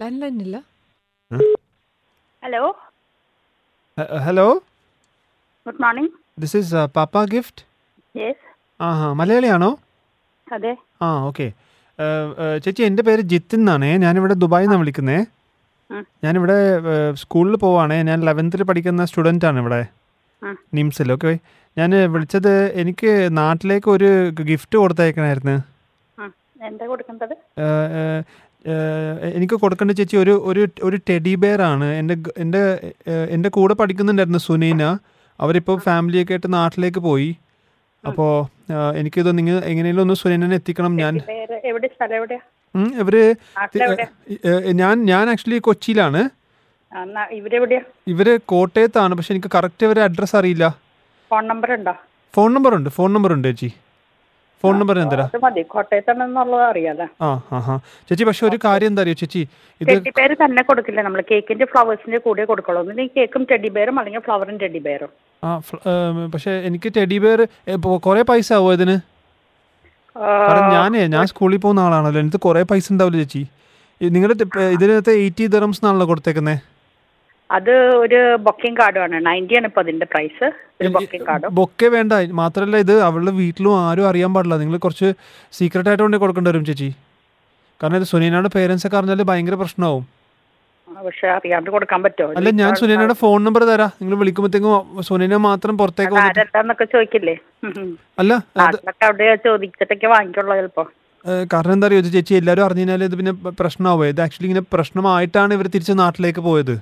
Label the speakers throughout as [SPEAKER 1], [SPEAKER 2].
[SPEAKER 1] Land line ഇല്ല
[SPEAKER 2] hello
[SPEAKER 3] hello
[SPEAKER 2] good morning
[SPEAKER 3] this is പാപ്പ gift
[SPEAKER 2] yes
[SPEAKER 3] ആ ഹാ മലയാളിയാണോ
[SPEAKER 2] അതെ
[SPEAKER 3] ആ ഓക്കെ ചേച്ചി എൻ്റെ പേര് ജിത്തിൻ എന്നാണേ ഞാനിവിടെ ദുബായിൽ നിന്നാണ് വിളിക്കുന്നേ
[SPEAKER 2] ഉം.
[SPEAKER 3] ഞാനിവിടെ uh, സ്കൂളിൽ പോവാണേ ഞാൻ ലെവൻത്തിൽ പഠിക്കുന്ന സ്റ്റുഡൻ്റ് ആണ് ഇവിടെ
[SPEAKER 2] ഉം.
[SPEAKER 3] നിംസിൽ ഓക്കെ ഞാൻ വിളിച്ചത് എനിക്ക് നാട്ടിലേക്ക് ഒരു ഗിഫ്റ്റ് കൊടുത്തയക്കണമായിരുന്നു
[SPEAKER 2] ഉം. എന്താ കൊടുക്കേണ്ടത്
[SPEAKER 3] ഏഹ്, ഏഹ്, ഏഹ്, എനിക്ക് കൊടുക്കേണ്ട ചേച്ചി ഒരു ഒരു ഒരു ടെഡി ബെയർ ആണ് എൻ്റെ ഗ- എൻ്റെ ഏഹ്, എൻ്റെ കൂടെ പഠിക്കുന്നുണ്ടായിരുന്നു സുനീന അവരിപ്പോൾ ഫാമിലിയൊക്കെ ആയിട്ട് നാട്ടിലേക്ക് പോയി അപ്പോൾ എനിക്കിത് നിങ്ങൾ എങ്ങനെയെങ്കിലും ഒന്ന് സുനീനനെ എത്തിക്കണം ഞാൻ
[SPEAKER 2] വേറെ എവിടെ സ്ഥലം എവിടെയാ
[SPEAKER 3] ഉം, ഇവര് തി-
[SPEAKER 2] നാട്ടിലെവിടെയാ
[SPEAKER 3] ഏഹ്, ഞാൻ ഞാൻ ആക്ച്വലി കൊച്ചിയിലാണ്
[SPEAKER 2] ആ, നാ- ഇവരെവിടെയാ
[SPEAKER 3] ഇവര് കോട്ടയത്താണ് പക്ഷെ എനിക്ക് കറക്റ്റ് ഇവരെ അഡ്രസ്സ് അറിയില്ല
[SPEAKER 2] ഫോൺ നമ്പർ ഉണ്ടോ
[SPEAKER 3] ഫോൺ നമ്പർ ഉണ്ട് ഫോൺ നമ്പർ ഉണ്ട് ചേച്ചി ഫോൺ നമ്പർ ഞാൻ തരാം
[SPEAKER 2] അത് മതി കോട്ടയത്താണെന്നുള്ളത് അറിയാലോ
[SPEAKER 3] ആ ആ ആ ചേച്ചി പക്ഷെ ഒരു കാര്യം എന്താ അറിയോ ചേച്ചി ഇത്
[SPEAKER 2] ടെഡി പേര് തന്നെ കൊടുക്കില്ല നമ്മൾ കേക്കിന്റെ ഫ്ലവേഴ്സിന്റെ കൂടെ കൊടുക്കുള്ളൂ ഒന്നിന് കേക്കും ടെഡി ബെയറും അല്ലെങ്കിൽ ഫ്ലവറും ടെഡി ബെയറും
[SPEAKER 3] ആ ഫ്ല- ഏം, പക്ഷെ എനിക്ക് ടെഡി ബെയർ കുറെ പൈസ ആവും ഇതിന് കാരണം ഞാനേ ഞാൻ സ്കൂളിൽ പോകുന്ന ആളാണല്ലോ എനിക്ക് കുറെ പൈസ ഉണ്ടാവില്ല ചേച്ചി ഈ നിങ്ങളുടെ ടി- ഏ, ഇതിനകത്ത് എയ്റ്റി ദിറംസ് എന്നാണല്ലോ കൊടുത്തേക്കുന്നത്
[SPEAKER 2] അത് ഒരു ബൊക്കിംഗ് കാർഡാണ് നയൻറ്റി ആണ് ഇപ്പൊ അതിന്റെ പ്രൈസ് ഒരു ബൊക്കിംഗ് കാർഡും
[SPEAKER 3] ബൊക്കെ വേണ്ട മാത്രമല്ല ഇത് അവളുടെ വീട്ടിലും ആരും അറിയാൻ പാടില്ല നിങ്ങൾ കുറച്ച് സീക്രട്ട് ആയിട്ട് കൊണ്ടേ കൊടുക്കേണ്ടി വരും ചേച്ചി കാരണം ഇത് സുനീനയുടെ പേരൻസ് ഒക്കെ അറിഞ്ഞാൽ ഭയങ്കര പ്രശ്നമാവും
[SPEAKER 2] പക്ഷെ അറിയാണ്ട് കൊടുക്കാൻ പറ്റുമോ
[SPEAKER 3] അല്ല ഞാൻ സുനീനയുടെ ഫോൺ നമ്പർ തരാം നിങ്ങൾ വിളിക്കുമ്പോഴത്തേക്കും സുനീന മാത്രം പുറത്തേക്ക് വന്നിട്ട്
[SPEAKER 2] ആരെന്താന്നൊക്കെ ചോദിക്കില്ലേ ഉം, ഉം.
[SPEAKER 3] അല്ല അത്
[SPEAKER 2] നാട്ടിലൊക്കെ അവിടെ ചോദിച്ചിട്ടൊക്കെ വാങ്ങിക്കുള്ളൂ ചിലപ്പോ
[SPEAKER 3] ഏ, കാരണം എന്താ അറിയോ ചേച്ചി എല്ലാവരും അറിഞ്ഞു കഴിഞ്ഞാൽ ഇത് പിന്നെ പ- പ്രശ്നമാവും ഇത് ആക്ച്വലി ഇങ്ങനെ പ്രശ്നമായിട്ടാണ് ഇവർ തിരിച്ച് നാട്ടിലേക്ക് പോയത്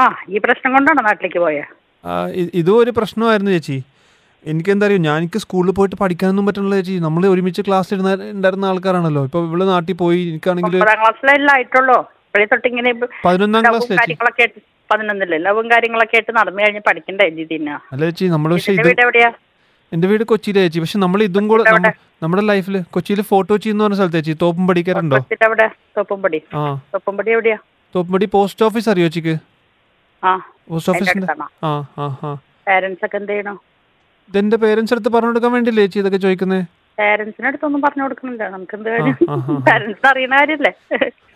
[SPEAKER 2] ആ ഈ പ്രശ്നം കൊണ്ടാണോ നാട്ടിലേക്ക് പോയെ
[SPEAKER 3] ആ, ഇ- ഇതും ഒരു പ്രശ്നമായിരുന്നു ചേച്ചി എനിക്ക് എന്താ അറിയോ ഞാൻ എനിക്ക് സ്കൂളിൽ പോയിട്ട് പഠിക്കാനൊന്നും പറ്റണില്ല ചേച്ചി നമ്മൾ ഒരുമിച്ച് ക്ലാസ്സിൽ ഇരുന്ന ഉണ്ടായിരുന്ന ആൾക്കാരാണല്ലോ ഇപ്പോൾ ഇവള് നാട്ടിൽ പോയി എനിക്കാണെങ്കിൽ
[SPEAKER 2] ഒമ്പതാം ക്ലാസ്സിലെല്ലാം ആയിട്ടുള്ളൂ ഇപ്പോഴേ തൊട്ട് ഇങ്ങനെ
[SPEAKER 3] പതിനൊന്നാം
[SPEAKER 2] ലവും
[SPEAKER 3] ക്ലാസ് ചേച്ചി
[SPEAKER 2] കാര്യങ്ങളൊക്കെ ആയിട്ട് പതിനൊന്നില്ലേ ലവും കാര്യങ്ങളൊക്കെ ആയിട്ട് നടന്നു കഴിഞ്ഞ് പഠിക്കണ്ടേ ജിതിന
[SPEAKER 3] അല്ല ചേച്ചി നമ്മൾ പക്ഷേ
[SPEAKER 2] എന്റെ
[SPEAKER 3] ഇത്
[SPEAKER 2] വീട് എവിടെയാ
[SPEAKER 3] എൻ്റെ വീട് കൊച്ചിയിലെ ചേച്ചി പക്ഷെ നമ്മൾ ഇതും കൂടെ നമ്മ- നമ്മുടെ ലൈഫിൽ കൊച്ചിയിൽ ഫോർട്ട് കൊച്ചി എന്ന് പറഞ്ഞ സ്ഥലത്ത് ചേച്ചി തോപ്പും പഠിക്കാറുണ്ടോ
[SPEAKER 2] കൊച്ചിട്ട് എവിടെ തോപ്പുംപടി
[SPEAKER 3] ആ
[SPEAKER 2] തോപ്പുംപടി എവിടെയാ
[SPEAKER 3] തോപ്പുംപടി പോസ്റ്റ് ഓഫീസ് അറിയോ ചേച്ചിക്ക്
[SPEAKER 2] ആ
[SPEAKER 3] പോസ്റ്റ്
[SPEAKER 2] എന്റെ
[SPEAKER 3] ഓഫീസിൻ്റെ
[SPEAKER 2] അടുത്താണോ
[SPEAKER 3] ആ ആ ആ
[SPEAKER 2] പാരന്റ്സ് ഒക്കെ എന്ത് ചെയ്യണോ
[SPEAKER 3] ഇതെൻ്റെ പേരൻസ് അടുത്ത് പറഞ്ഞു കൊടുക്കാൻ വേണ്ടിയില്ലേ ചേച്ചി ഇതൊക്കെ ചോദിക്കുന്നത്
[SPEAKER 2] പാരന്റ്സിന്റെ അടുത്തൊന്നും പറഞ്ഞു കൊടുക്കണില്ല നമുക്ക് എന്ത് കാര്യം
[SPEAKER 3] ആ, ആ.
[SPEAKER 2] പാരന്റ്സ് അറിയുന്ന കാര്യല്ലേ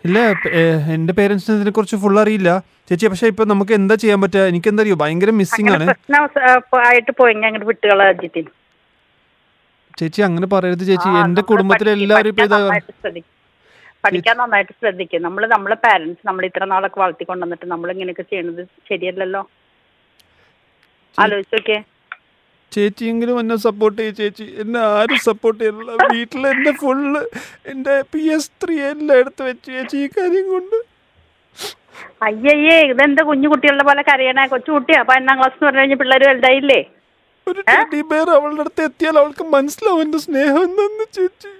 [SPEAKER 3] ഇല്ല പ- ഏ, എൻ്റെ പേരൻസിന് ഇതിനെ കുറിച്ച് ഫുൾ അറിയില്ല ചേച്ചി പക്ഷെ ഇപ്പൊ നമുക്ക് എന്താ ചെയ്യാൻ പറ്റുക എനിക്ക് എന്താ അറിയോ ഭയങ്കര മിസ്സിംഗ്
[SPEAKER 2] അങ്ങനെ
[SPEAKER 3] ആണ്
[SPEAKER 2] പ്രശ്നം ആ, ആയിട്ട് പോയെങ്കിൽ അങ്ങോട്ട് വിട്ടുകളാ ജിതിൻ
[SPEAKER 3] ചേച്ചി അങ്ങനെ പറയരുത് ചേച്ചി
[SPEAKER 2] ആ,
[SPEAKER 3] എന്റെ
[SPEAKER 2] നമ്മള്
[SPEAKER 3] കുടുംബത്തിലെ
[SPEAKER 2] പഠി-
[SPEAKER 3] എല്ലാവരും ഇപ്പൊ
[SPEAKER 2] പഠിക്കാൻ
[SPEAKER 3] ഇതാ
[SPEAKER 2] നന്നായിട്ട് ശ്രദ്ധിക്കും. പഠിക്കാൻ നന്നായിട്ട് ശ്രദ്ധിക്കും നമ്മൾ നമ്മളെ പാരന്റ്സ് നമ്മൾ ഇത്ര നാളൊക്കെ വളർത്തിക്കൊണ്ടുവന്നിട്ട് നമ്മൾ ഇങ്ങനെയൊക്കെ ചെയ്യണത് ശരിയല്ലല്ലോ ആലോചിച്ച് നോക്കിയേ
[SPEAKER 3] ചേച്ചിയെങ്കിലും എന്നെ സപ്പോർട്ട് ചെയ്യും ചേച്ചി എന്നെ ആരും സപ്പോർട്ട് ചെയ്യില്ല വീട്ടിൽ എന്റെ ഫുള്ള് എന്റെ പി എസ് ത്രീ എല്ലാം എടുത്ത് വെച്ച് ചേച്ചി ഈ കാര്യം കൊണ്ട്
[SPEAKER 2] അയ്യയ്യേ ഇതെന്താ കുഞ്ഞു കുട്ടികളുടെ പോലെ കരയണേ കൊച്ചു കുട്ടിയാ പതിനൊന്നാം ക്ലാസ് എന്ന് പറഞ്ഞു കഴിഞ്ഞാൽ പിള്ളേർ വലുതായില്ലേ
[SPEAKER 3] ഒരു ടെഡി ബെയർ അവളുടെ അടുത്ത് എത്തിയാൽ അവൾക്ക് മനസ്സിലാവും എന്റെ സ്നേഹം എന്തെന്ന് ചേച്ചി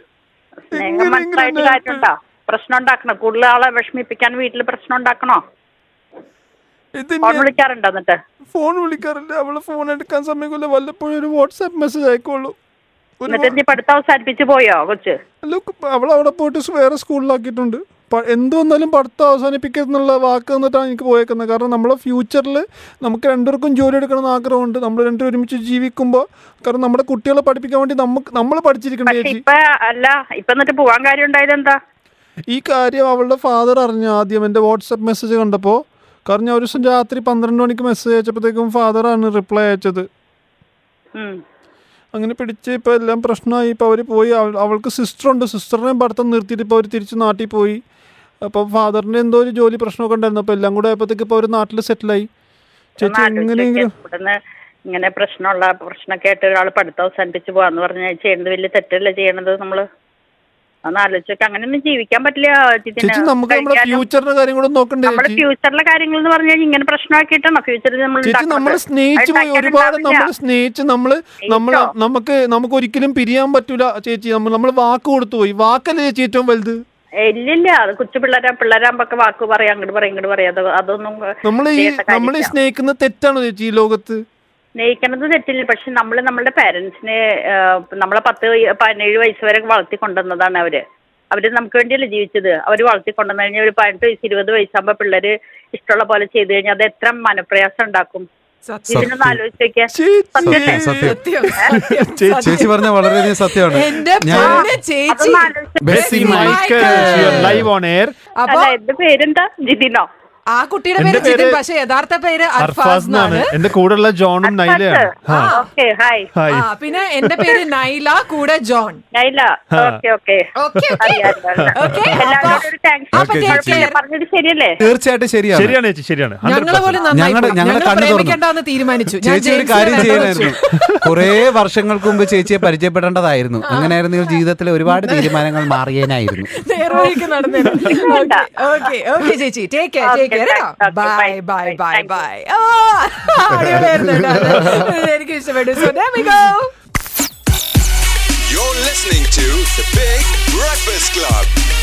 [SPEAKER 2] നിങ്ങൾ മനസ്സിലായിട്ട് കാര്യമുണ്ടോ പ്രശ്നം ഉണ്ടാക്കണോ കൂടുതൽ ആളെ വിഷമിപ്പിക്കാൻ വീട്ടിൽ പ്രശ്നം ഉണ്ടാക്കണോ
[SPEAKER 3] ഇത്
[SPEAKER 2] ഫോൺ വിളിക്കാറുണ്ടോ എന്നിട്ട്
[SPEAKER 3] ഫോൺ വിളിക്കാറില്ല അവള് ഫോൺ എടുക്കാൻ സമയമില്ല വല്ലപ്പോഴും ഒരു വാട്സാപ്പ് മെസ്സേജ് അയക്കുള്ളൂ ഒരു
[SPEAKER 2] എന്നിട്ട് നീ പഠിത്തം അവസാനിപ്പിച്ച് പോയോ കൊച്ച്
[SPEAKER 3] ലുക്ക് അവൾ അവിടെ പോയിട്ട് സ് വേറെ സ്കൂളിലാക്കിയിട്ടുണ്ട് പ- എന്ത് വന്നാലും പഠിത്തം അവസാനിപ്പിക്കുന്നുള്ള വാക്ക് തന്നിട്ടാണ് എനിക്ക് പോയേക്കുന്നത് കാരണം നമ്മളെ ഫ്യൂച്ചറിൽ നമുക്ക് രണ്ടുപേർക്കും ജോലി എടുക്കണമെന്ന് ആഗ്രഹമുണ്ട് നമ്മൾ രണ്ടുപേരും ഒരുമിച്ച് ജീവിക്കുമ്പോൾ കാരണം നമ്മുടെ കുട്ടികളെ പഠിപ്പിക്കാൻ വേണ്ടി നമുക്ക് നമ്മൾ പഠിച്ചിരിക്കണം
[SPEAKER 2] പക്ഷെ
[SPEAKER 3] ചേച്ചി
[SPEAKER 2] ഇപ്പൊ അല്ല ഇപ്പൊ എന്നിട്ട് പോവാൻ കാര്യം ഉണ്ടായത് എന്താ
[SPEAKER 3] ഈ കാര്യം അവളുടെ ഫാദർ അറിഞ്ഞു ആദ്യം എൻ്റെ വാട്സപ്പ് മെസ്സേജ് കണ്ടപ്പോൾ കാരണം ഞാൻ ഒരു ദിവസം രാത്രി പന്ത്രണ്ട് മണിക്ക് മെസ്സേജ് അയച്ചപ്പോഴത്തേക്കും ഫാദറാണ് റിപ്ലൈ അയച്ചത്
[SPEAKER 2] ഉം
[SPEAKER 3] അങ്ങനെ പിടിച്ച് ഇപ്പോൾ എല്ലാം പ്രശ്നമായി ഇപ്പോൾ അവർ പോയി അവൾ അവൾക്ക് സിസ്റ്ററുണ്ട് സിസ്റ്ററിനെ പഠിത്തം നിർത്തിയിട്ട് ഇപ്പോൾ അവർ തിരിച്ച് നാട്ടിൽ പോയി അപ്പോൾ ഫാദറിൻ്റെ എന്തോ ഒരു ജോലി പ്രശ്നമൊക്കെ ഉണ്ടായിരുന്നു അപ്പോൾ എല്ലാം കൂടെ ആയപ്പോഴത്തേക്ക് ഇപ്പോൾ അവർ നാട്ടിൽ സെറ്റിലായി ചേച്ചി
[SPEAKER 2] ഒന്ന് ആലോചിച്ച്
[SPEAKER 3] എങ്ങനെയെങ്കിലും
[SPEAKER 2] നോക്ക്. ഇവിടുന്ന് ഇങ്ങനെ പ്രശ്നമുള്ള പ്രശ്നമൊക്കെ ആയിട്ട് ഒരാൾ പഠിത്തം അവസാനിപ്പിച്ച് പോവാന്ന് പറഞ്ഞാൽ ചെയ്യുന്നത് വലിയ തെറ്റല്ലേ ചെയ്യണത് നമ്മള് ഒന്ന് ആലോചിച്ചൊക്കെ അങ്ങനെയൊന്നും ജീവിക്കാൻ പറ്റില്ല ജിതിന്.
[SPEAKER 3] ചേച്ചി നമുക്ക് നമ്മുടെ
[SPEAKER 2] കഴിക്കാനും-
[SPEAKER 3] ഫ്യൂച്ചറിന്റെ കാര്യം കൂടെ നോക്കണ്ടേ
[SPEAKER 2] നമ്മുടെ
[SPEAKER 3] ചേച്ചി
[SPEAKER 2] ഫ്യൂച്ചറിലെ കാര്യങ്ങൾ എന്ന് പറഞ്ഞാൽ ഇങ്ങനെ പ്രശ്നമാക്കിയിട്ടാണോ ഫ്യൂച്ചറിൽ നമ്മൾ
[SPEAKER 3] ചേച്ചി നമ്മൾ സ്നേഹിച്ചു പോയി ഒരുപാട് നമ്മൾ സ്നേഹിച്ച് നമ്മൾ നമ്മൾ
[SPEAKER 2] സ്നേഹിച്ചോ?
[SPEAKER 3] നമുക്ക് നമുക്ക് ഒരിക്കലും പിരിയാൻ പറ്റൂല ചേച്ചി നമ്മൾ നമ്മൾ വാക്ക് കൊടുത്തു പോയി വാക്കല്ലേ ചേച്ചി ഏറ്റവും വലുത്
[SPEAKER 2] ഇല്ലില്ല അത് കൊച്ചു പിള്ളേരാ പിള്ളേരാകുമ്പോ ഒക്കെ വാക്ക് പറയാം അങ്ങോട്ട് പറയാം ഇങ്ങോട്ട് പറയാം അത് അതൊന്നും
[SPEAKER 3] നമ്മൾ ഈ
[SPEAKER 2] ചെയ്യേണ്ട
[SPEAKER 3] നമ്മൾ ഈ
[SPEAKER 2] കാര്യമില്ല.
[SPEAKER 3] സ്നേഹിക്കുന്ന തെറ്റാണോ ചേച്ചി ഈ ലോകത്ത്
[SPEAKER 2] സ്നേഹിക്കണത് തെറ്റില്ല പക്ഷെ നമ്മൾ നമ്മുടെ പാരന്റ്സിനെ നമ്മളെ പത്ത് വയ- പതിനേഴ് വയസ്സ് വരെ വളർത്തി കൊണ്ടുവന്നതാണ് അവര് അവര് നമുക്ക് വേണ്ടിയല്ലേ ജീവിച്ചത് അവര് വളർത്തി കൊണ്ടുവന്നു കഴിഞ്ഞാൽ ഒരു പതിനെട്ട് വയസ്സ് ഇരുപത് വയസ്സാകുമ്പോൾ പിള്ളേര് ഇഷ്ടമുള്ള പോലെ ചെയ്തു കഴിഞ്ഞാൽ അത് എത്ര മനപ്രയാസം ഉണ്ടാക്കും ഇതിനൊന്ന് ആലോചിച്ച് നോക്കിയാ
[SPEAKER 3] ചേച്ചി
[SPEAKER 1] സത്യം.
[SPEAKER 4] സത്യം സത്യം,
[SPEAKER 1] ചേ- ചേച്ചി
[SPEAKER 4] സത്യം.
[SPEAKER 1] പറഞ്ഞ വളരെയധികം സത്യമാണ്
[SPEAKER 4] എന്റെ
[SPEAKER 1] ഞാൻ-
[SPEAKER 4] പൊന്ന് ചേച്ചി
[SPEAKER 2] അതൊന്ന് ആലോചിച്ച്
[SPEAKER 1] Bessie
[SPEAKER 4] Michael.
[SPEAKER 3] Live on air
[SPEAKER 4] അപ്പൊ
[SPEAKER 2] അല്ല എന്റെ പേരെന്താ ജിതിനോ
[SPEAKER 4] ആ കുട്ടിയുടെ
[SPEAKER 3] എന്റെ
[SPEAKER 4] പേര് ജിതിൻ
[SPEAKER 3] പേര്
[SPEAKER 4] പക്ഷെ യഥാർത്ഥ പേര്
[SPEAKER 3] അർഫാസ്
[SPEAKER 4] അർഫാസ് എന്നാണ്
[SPEAKER 3] എന്റെ കൂടെയുള്ള ജോണും നൈലയാണ്
[SPEAKER 4] ആ.
[SPEAKER 2] ഓക്കെ ഹായ്
[SPEAKER 3] ഹായ്
[SPEAKER 4] ആ പിന്നെ എന്റെ പേര് നൈല കൂടെ ജോൺ
[SPEAKER 2] നൈല
[SPEAKER 3] ആ.
[SPEAKER 2] ഓക്കെ ഓക്കെ
[SPEAKER 4] ഓക്കെ
[SPEAKER 2] അറിയാം, അറിയാം, അറിയാം.
[SPEAKER 4] ഓക്കെ
[SPEAKER 2] എല്ലാവരോടും ഒരു താങ്ക്സ്
[SPEAKER 4] അപ്പൊ
[SPEAKER 1] Okay,
[SPEAKER 4] take
[SPEAKER 2] കുഴപ്പമില്ല
[SPEAKER 4] care.
[SPEAKER 2] പറഞ്ഞത് ശരിയല്ലേ
[SPEAKER 1] തീർച്ചയായിട്ടും ശരിയാണ്
[SPEAKER 3] ശരിയാണ് ചേച്ചി ശരിയാണ് 100%.
[SPEAKER 4] ഞങ്ങള് പോലും നന്നായി
[SPEAKER 1] ഞങ്ങളുടെ- ഞങ്ങളുടെ
[SPEAKER 4] പോയി. ഞങ്ങൾ
[SPEAKER 1] കണ്ണ് തുറന്നു.
[SPEAKER 4] പ്രേമിക്കേണ്ടെന്ന് തീരുമാനിച്ചു ഞാൻ
[SPEAKER 1] ചേച്ചി ഒരു
[SPEAKER 4] ജെയിംസിനെ
[SPEAKER 1] കാര്യം
[SPEAKER 4] വേണ്ടെന്ന്
[SPEAKER 1] ചെയ്യാനായിരുന്നു കുറേ വർഷങ്ങൾക്ക് മുമ്പ് ചേച്ചിയെ പരിചയപ്പെടേണ്ടതായിരുന്നു അങ്ങനെയായിരുന്നു ജീവിതത്തിലെ ഒരുപാട് തീരുമാനങ്ങൾ മാറിയേനായിരുന്നു
[SPEAKER 4] വെച്ചു. നേർവഴിക്ക് നടന്നേനെ. ഓക്കെ, ഓക്കെ ഓക്കെ ചേച്ചി take care
[SPEAKER 2] okay,
[SPEAKER 4] take care
[SPEAKER 2] okay,
[SPEAKER 4] bye
[SPEAKER 2] bye,
[SPEAKER 4] bye bye
[SPEAKER 2] thank you.
[SPEAKER 4] Bye അടിപൊളിയായിരുന്നു കേട്ടോ അത്. എനിക്ക് ഇഷ്ടപ്പെട്ടു so we go
[SPEAKER 5] You're listening to The Big Breakfast Club.